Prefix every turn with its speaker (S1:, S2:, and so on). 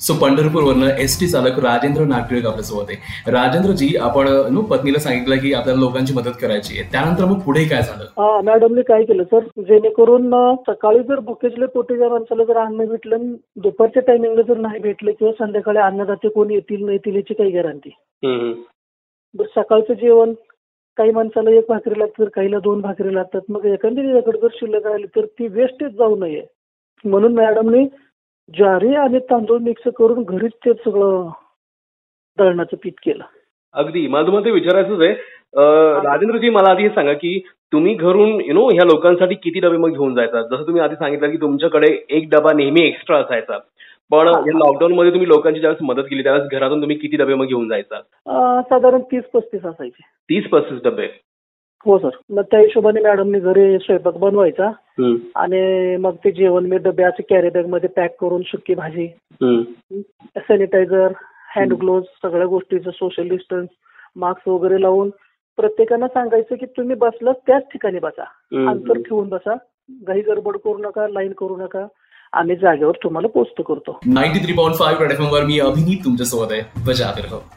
S1: so पंढरपूरवरनं S T चालक राजेंद्र नागटिळक आपल्यासोबत आहे राजेंद्रजी आपण नो पत्नीला सांगितलं की आपल्याला लोकांची मदत करायची आहे त्यानंतर मग पुढे काय झालं
S2: हा मॅडमने काय केलं सर जेणेकरून अं, सकाळी जर बुकेजले पोटे ज्या माणसाला जर अन्न भेटलं आणि दुपारच्या टायमिंगला जर नाही भेटलं किंवा संध्याकाळी अन्नदाते कोणी येतील नाही येतील याची काही गॅरंटी बरं सकाळचं जेवण काही माणसाला एक भाकरी लागते तर काहीला दोन भाकरी लागतात मग एखादी याकडे जर शिल्लक राहिली तर ती वेस्टेज जाऊ नये म्हणून मॅडमने ज्वारी आणि तांदूळ मिक्स करून घरीच ते सगळं दळणाचं पीठ केलं
S3: अगदी मला तुम्हाला ते विचारायचंच आहे अं, राजेंद्रजी मला आधी हे सांगा की तुम्ही घरून यु नो ह्या लोकांसाठी किती डबे मग घेऊन जायचा जसं तुम्ही आधी सांगितलं की तुमच्याकडे एक डबा नेहमी एक्स्ट्रा असायचा पण या लॉकडाऊन मध्ये तुम्ही लोकांची ज्यावेळेस मदत केली त्यावेळेस घरातून तुम्ही किती डबे मग घेऊन जायचा
S2: अं, साधारण तीस पस्तीस असायचे
S3: तीस पस्तीस डबे
S2: हो सर मग त्या हिशोबाने मॅडमने घरी स्वयंपाक बनवायचा
S3: हम्म,
S2: आणि मग ते जेवण मी डबे असे कॅरी बॅग मध्ये पॅक करून सुकी भाजी
S3: हम्म,
S2: सॅनिटायझर हँड ग्लोव्ह सगळ्या गोष्टीचं सोशल डिस्टन्स मास्क वगैरे लावून प्रत्येकानं सांगायचं की तुम्ही बसला त्याच ठिकाणी बसा
S3: हम्म,
S2: अंतर ठेवून बसा घाई गडबड करू नका लाईन करू नका आम्ही जागेवर तुम्हाला पोस्ट करतो
S1: ninety three point five Red वर मी अभिनीत तुमच्यासोबत आहे बजात रहो